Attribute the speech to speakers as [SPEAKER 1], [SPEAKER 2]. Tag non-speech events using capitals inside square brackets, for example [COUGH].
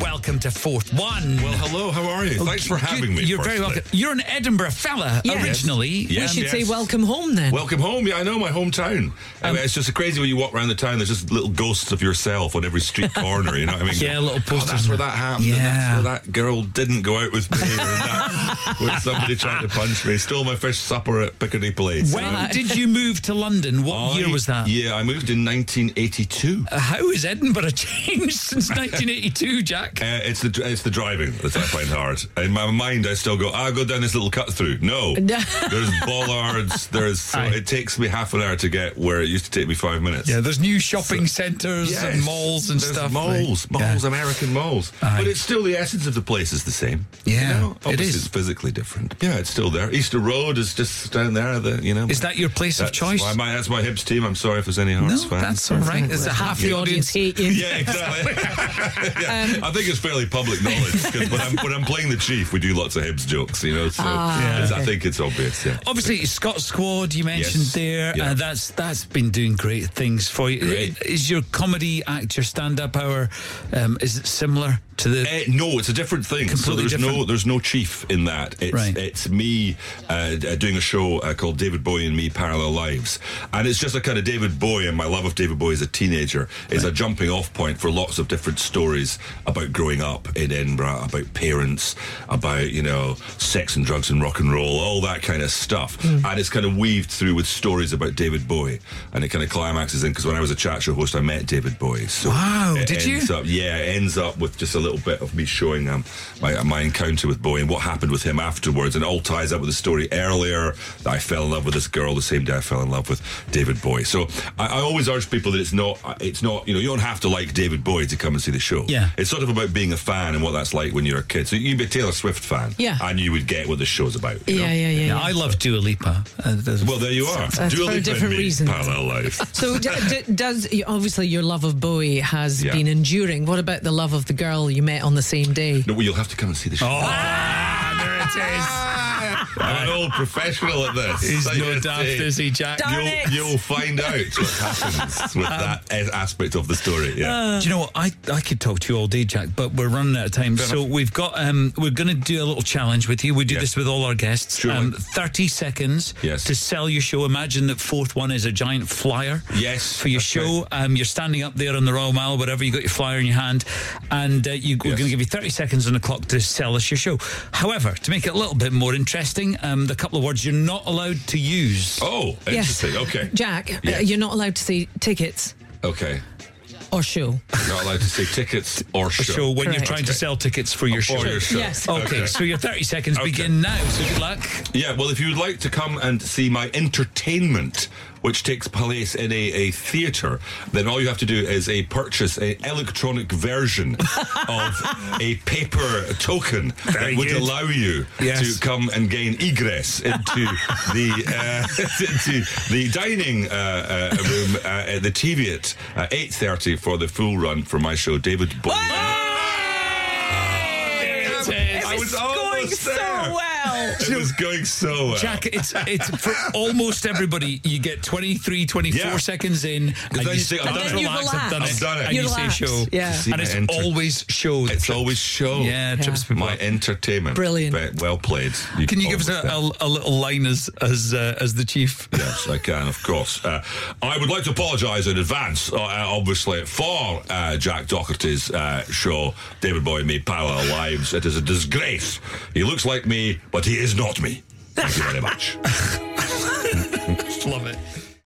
[SPEAKER 1] welcome to Fort One. Oh,
[SPEAKER 2] Well, hello, how are you? Thanks for having me.
[SPEAKER 1] You're very
[SPEAKER 2] firstly.
[SPEAKER 1] welcome. You're an Edinburgh fella
[SPEAKER 3] Yes.
[SPEAKER 1] originally.
[SPEAKER 2] Yes.
[SPEAKER 3] We should say
[SPEAKER 2] yes.
[SPEAKER 3] welcome home then.
[SPEAKER 2] Welcome home. Yeah, I know my hometown. I
[SPEAKER 1] Um,
[SPEAKER 2] mean, it's just crazy when you walk around the town. There's just little ghosts of yourself on every street corner. You know what I mean?
[SPEAKER 1] [LAUGHS] Yeah, little
[SPEAKER 2] Oh,
[SPEAKER 1] posters.
[SPEAKER 2] that's where that happened. and
[SPEAKER 1] Yeah.
[SPEAKER 2] That's where that girl didn't go out with me. and that [LAUGHS] was somebody trying to punch me. Stole my fish supper at Piccadilly Place.
[SPEAKER 1] When
[SPEAKER 2] Um,
[SPEAKER 1] did you move to London? What year
[SPEAKER 2] I-
[SPEAKER 1] was that?
[SPEAKER 2] Yeah, I moved in 1982.
[SPEAKER 1] Uh, How has Edinburgh [LAUGHS] changed
[SPEAKER 2] [LAUGHS]
[SPEAKER 1] since 1982, Jack?
[SPEAKER 2] Uh, it's the it's the driving that I find hard. In my mind, I still go. I go down this little cut through.
[SPEAKER 1] [LAUGHS]
[SPEAKER 2] No, there's bollards. There's so
[SPEAKER 1] Aye.
[SPEAKER 2] it takes me half an hour to get where it used to take me five minutes.
[SPEAKER 1] Yeah, there's new shopping centres and
[SPEAKER 2] Yes.
[SPEAKER 1] malls and
[SPEAKER 2] There's
[SPEAKER 1] stuff.
[SPEAKER 2] Malls,
[SPEAKER 1] right?
[SPEAKER 2] malls, American malls.
[SPEAKER 1] Aye.
[SPEAKER 2] But it's still the essence of the place is the same.
[SPEAKER 1] Yeah, it
[SPEAKER 2] Obviously
[SPEAKER 1] is.
[SPEAKER 2] It's physically different. Yeah, it's still there. Easter Road is just down there. The, you know,
[SPEAKER 1] Is that your place of
[SPEAKER 2] that's
[SPEAKER 1] choice?
[SPEAKER 2] My, my, that's my Hibs team. I'm sorry if there's any Hearts
[SPEAKER 1] no,
[SPEAKER 2] fans.
[SPEAKER 1] that's all right. There's a half the
[SPEAKER 3] The
[SPEAKER 1] audience.
[SPEAKER 3] audience hate you.
[SPEAKER 2] Yeah, exactly. [LAUGHS] Um, Yeah, I think it's fairly public knowledge because when I'm, when I'm playing the chief, we do lots of Hibs jokes, you know. So it's- I think it's obvious. Yeah.
[SPEAKER 1] Obviously, Scott Squad you mentioned
[SPEAKER 2] Yes,
[SPEAKER 1] there.
[SPEAKER 2] yeah.
[SPEAKER 1] Uh, that's that's been doing great things for you.
[SPEAKER 2] Great.
[SPEAKER 1] Is your comedy act, your stand-up hour, um, is it similar to the?
[SPEAKER 2] Uh, no, it's a different thing. So
[SPEAKER 1] Completely
[SPEAKER 2] there's no
[SPEAKER 1] different.
[SPEAKER 2] there's no chief in that. It's
[SPEAKER 1] Right.
[SPEAKER 2] it's me uh, d- uh, doing a show uh, called David Bowie and Me Parallel Lives, and it's just a kind of David Bowie and my love of David Bowie as a teenager is a jumping off point for lots of different stories about growing up in Edinburgh, about parents, about you know sex and drugs and rock and roll, all that kind of stuff,
[SPEAKER 1] Hmm.
[SPEAKER 2] and it's kind of weaved through with stories about David Bowie, and it kind of climaxes in because when I was a chat show host, I met David Bowie. So
[SPEAKER 1] Wow,
[SPEAKER 2] it
[SPEAKER 1] did you?
[SPEAKER 2] ends up- yeah, it ends up with just a little bit of me showing um, my my encounter with Bowie and what happened with him afterwards, and it all ties up with the story earlier that I fell in love with this girl the same day I fell in love with David Bowie. So I, I always urge people that it's not it's not you know you don't have to like David Bowie to come and see the show.
[SPEAKER 1] Yeah.
[SPEAKER 2] it's sort of about being a fan and what that's like when you're a kid. So you'd be a Taylor Swift fan,
[SPEAKER 3] Yeah.
[SPEAKER 2] and you would get what the show's about. you
[SPEAKER 3] yeah, yeah,
[SPEAKER 2] know?
[SPEAKER 3] yeah.
[SPEAKER 1] Yeah,
[SPEAKER 3] yeah.
[SPEAKER 1] I love Dua Lipa. Uh, there's-
[SPEAKER 2] Well, there you are.
[SPEAKER 3] That's
[SPEAKER 2] Dua
[SPEAKER 3] for a
[SPEAKER 2] Lipa and
[SPEAKER 3] different
[SPEAKER 2] me,
[SPEAKER 3] reason.
[SPEAKER 2] Parallel
[SPEAKER 3] [LAUGHS]
[SPEAKER 2] life.
[SPEAKER 3] So d- d- does obviously your love of Bowie has
[SPEAKER 2] Yeah.
[SPEAKER 3] been enduring. What about the love of the girl you met on the same day?
[SPEAKER 2] No, well, you'll have to come and see the show.
[SPEAKER 1] Oh, Ah, there it is.
[SPEAKER 2] [LAUGHS] I'm an old professional at this.
[SPEAKER 1] He's
[SPEAKER 2] Like I
[SPEAKER 1] no daft,
[SPEAKER 2] say,
[SPEAKER 1] is he, Um, Jack?
[SPEAKER 3] Darn
[SPEAKER 2] you'll,
[SPEAKER 3] it.
[SPEAKER 2] you'll find out what happens with that a- aspect of the story. Yeah.
[SPEAKER 1] Do you know what? I, I could talk to you all day, Jack, but we're running out of time. so we've got um we're going to do a little challenge with you. We do
[SPEAKER 2] Yes.
[SPEAKER 1] this with all our guests. Um,
[SPEAKER 2] Surely.
[SPEAKER 1] Thirty seconds
[SPEAKER 2] Yes.
[SPEAKER 1] to sell your show. Imagine that fourth one is a giant flyer.
[SPEAKER 2] Yes,
[SPEAKER 1] for your
[SPEAKER 2] that's
[SPEAKER 1] show. Um, you're standing up there on the Royal Mile, whatever. You got your flyer in your hand, and uh, you, we're
[SPEAKER 2] Yes.
[SPEAKER 1] going to give you thirty seconds on the clock to sell us your show. However, to make it a little bit more interesting, um, the couple of words you're not allowed to use.
[SPEAKER 2] oh, interesting. Okay.
[SPEAKER 3] Jack, uh,
[SPEAKER 2] Yes.
[SPEAKER 3] you're not allowed to say tickets
[SPEAKER 2] Okay.
[SPEAKER 3] or
[SPEAKER 2] [LAUGHS]
[SPEAKER 3] show.
[SPEAKER 2] Not allowed to say tickets or
[SPEAKER 1] A
[SPEAKER 2] show.
[SPEAKER 1] show when you're
[SPEAKER 3] Correct.
[SPEAKER 1] trying to
[SPEAKER 2] Okay.
[SPEAKER 1] sell tickets for your
[SPEAKER 2] Or
[SPEAKER 1] show.
[SPEAKER 2] your show.
[SPEAKER 3] Yes.
[SPEAKER 1] Okay,
[SPEAKER 2] Okay.
[SPEAKER 1] so your 30 seconds
[SPEAKER 2] Okay.
[SPEAKER 1] begin now, so good luck.
[SPEAKER 2] Yeah, well, if you would like to come and see my entertainment, which takes place in a, a theatre, then all you have to do is a purchase an electronic version of a paper token
[SPEAKER 1] Very
[SPEAKER 2] that would
[SPEAKER 1] good.
[SPEAKER 2] allow you
[SPEAKER 1] Yes.
[SPEAKER 2] to come and gain
[SPEAKER 1] [LAUGHS]
[SPEAKER 2] egress into the uh, [LAUGHS] into the dining uh, uh, room uh, at the Teviot at uh, eight thirty for the full run for my show, David Bowie.
[SPEAKER 1] Um,
[SPEAKER 2] I was almost there.
[SPEAKER 3] well.
[SPEAKER 2] It was going so well.
[SPEAKER 1] Jack, it's it's for almost everybody. You get 23, 24
[SPEAKER 2] Yeah.
[SPEAKER 1] seconds in, and
[SPEAKER 2] then
[SPEAKER 1] you
[SPEAKER 2] you think,
[SPEAKER 1] start
[SPEAKER 2] I've
[SPEAKER 1] to
[SPEAKER 2] done it.
[SPEAKER 1] relax. I've done it.
[SPEAKER 2] I've done it.
[SPEAKER 1] And you,
[SPEAKER 3] You
[SPEAKER 1] say
[SPEAKER 3] relax.
[SPEAKER 1] show.
[SPEAKER 3] Yeah.
[SPEAKER 2] See
[SPEAKER 1] And
[SPEAKER 2] my
[SPEAKER 1] it's
[SPEAKER 2] enter-
[SPEAKER 1] always show. that
[SPEAKER 2] It's
[SPEAKER 1] trips-
[SPEAKER 2] always show.
[SPEAKER 1] Yeah,
[SPEAKER 3] Yeah.
[SPEAKER 1] trips people
[SPEAKER 2] My
[SPEAKER 1] up.
[SPEAKER 2] entertainment.
[SPEAKER 3] Brilliant.
[SPEAKER 2] Ve- Well played. You
[SPEAKER 1] Can you give us a,
[SPEAKER 2] almost
[SPEAKER 1] a, a little line as as uh, as the chief?
[SPEAKER 2] Yes, I can, of course. Uh, I would like to apologise in advance, uh, uh, obviously, for uh, Jack Docherty's uh, show, David Boy and Me, Parallel Lives. It is a disgrace. He looks like me, but he is not me. Thank you very much.
[SPEAKER 1] Love it.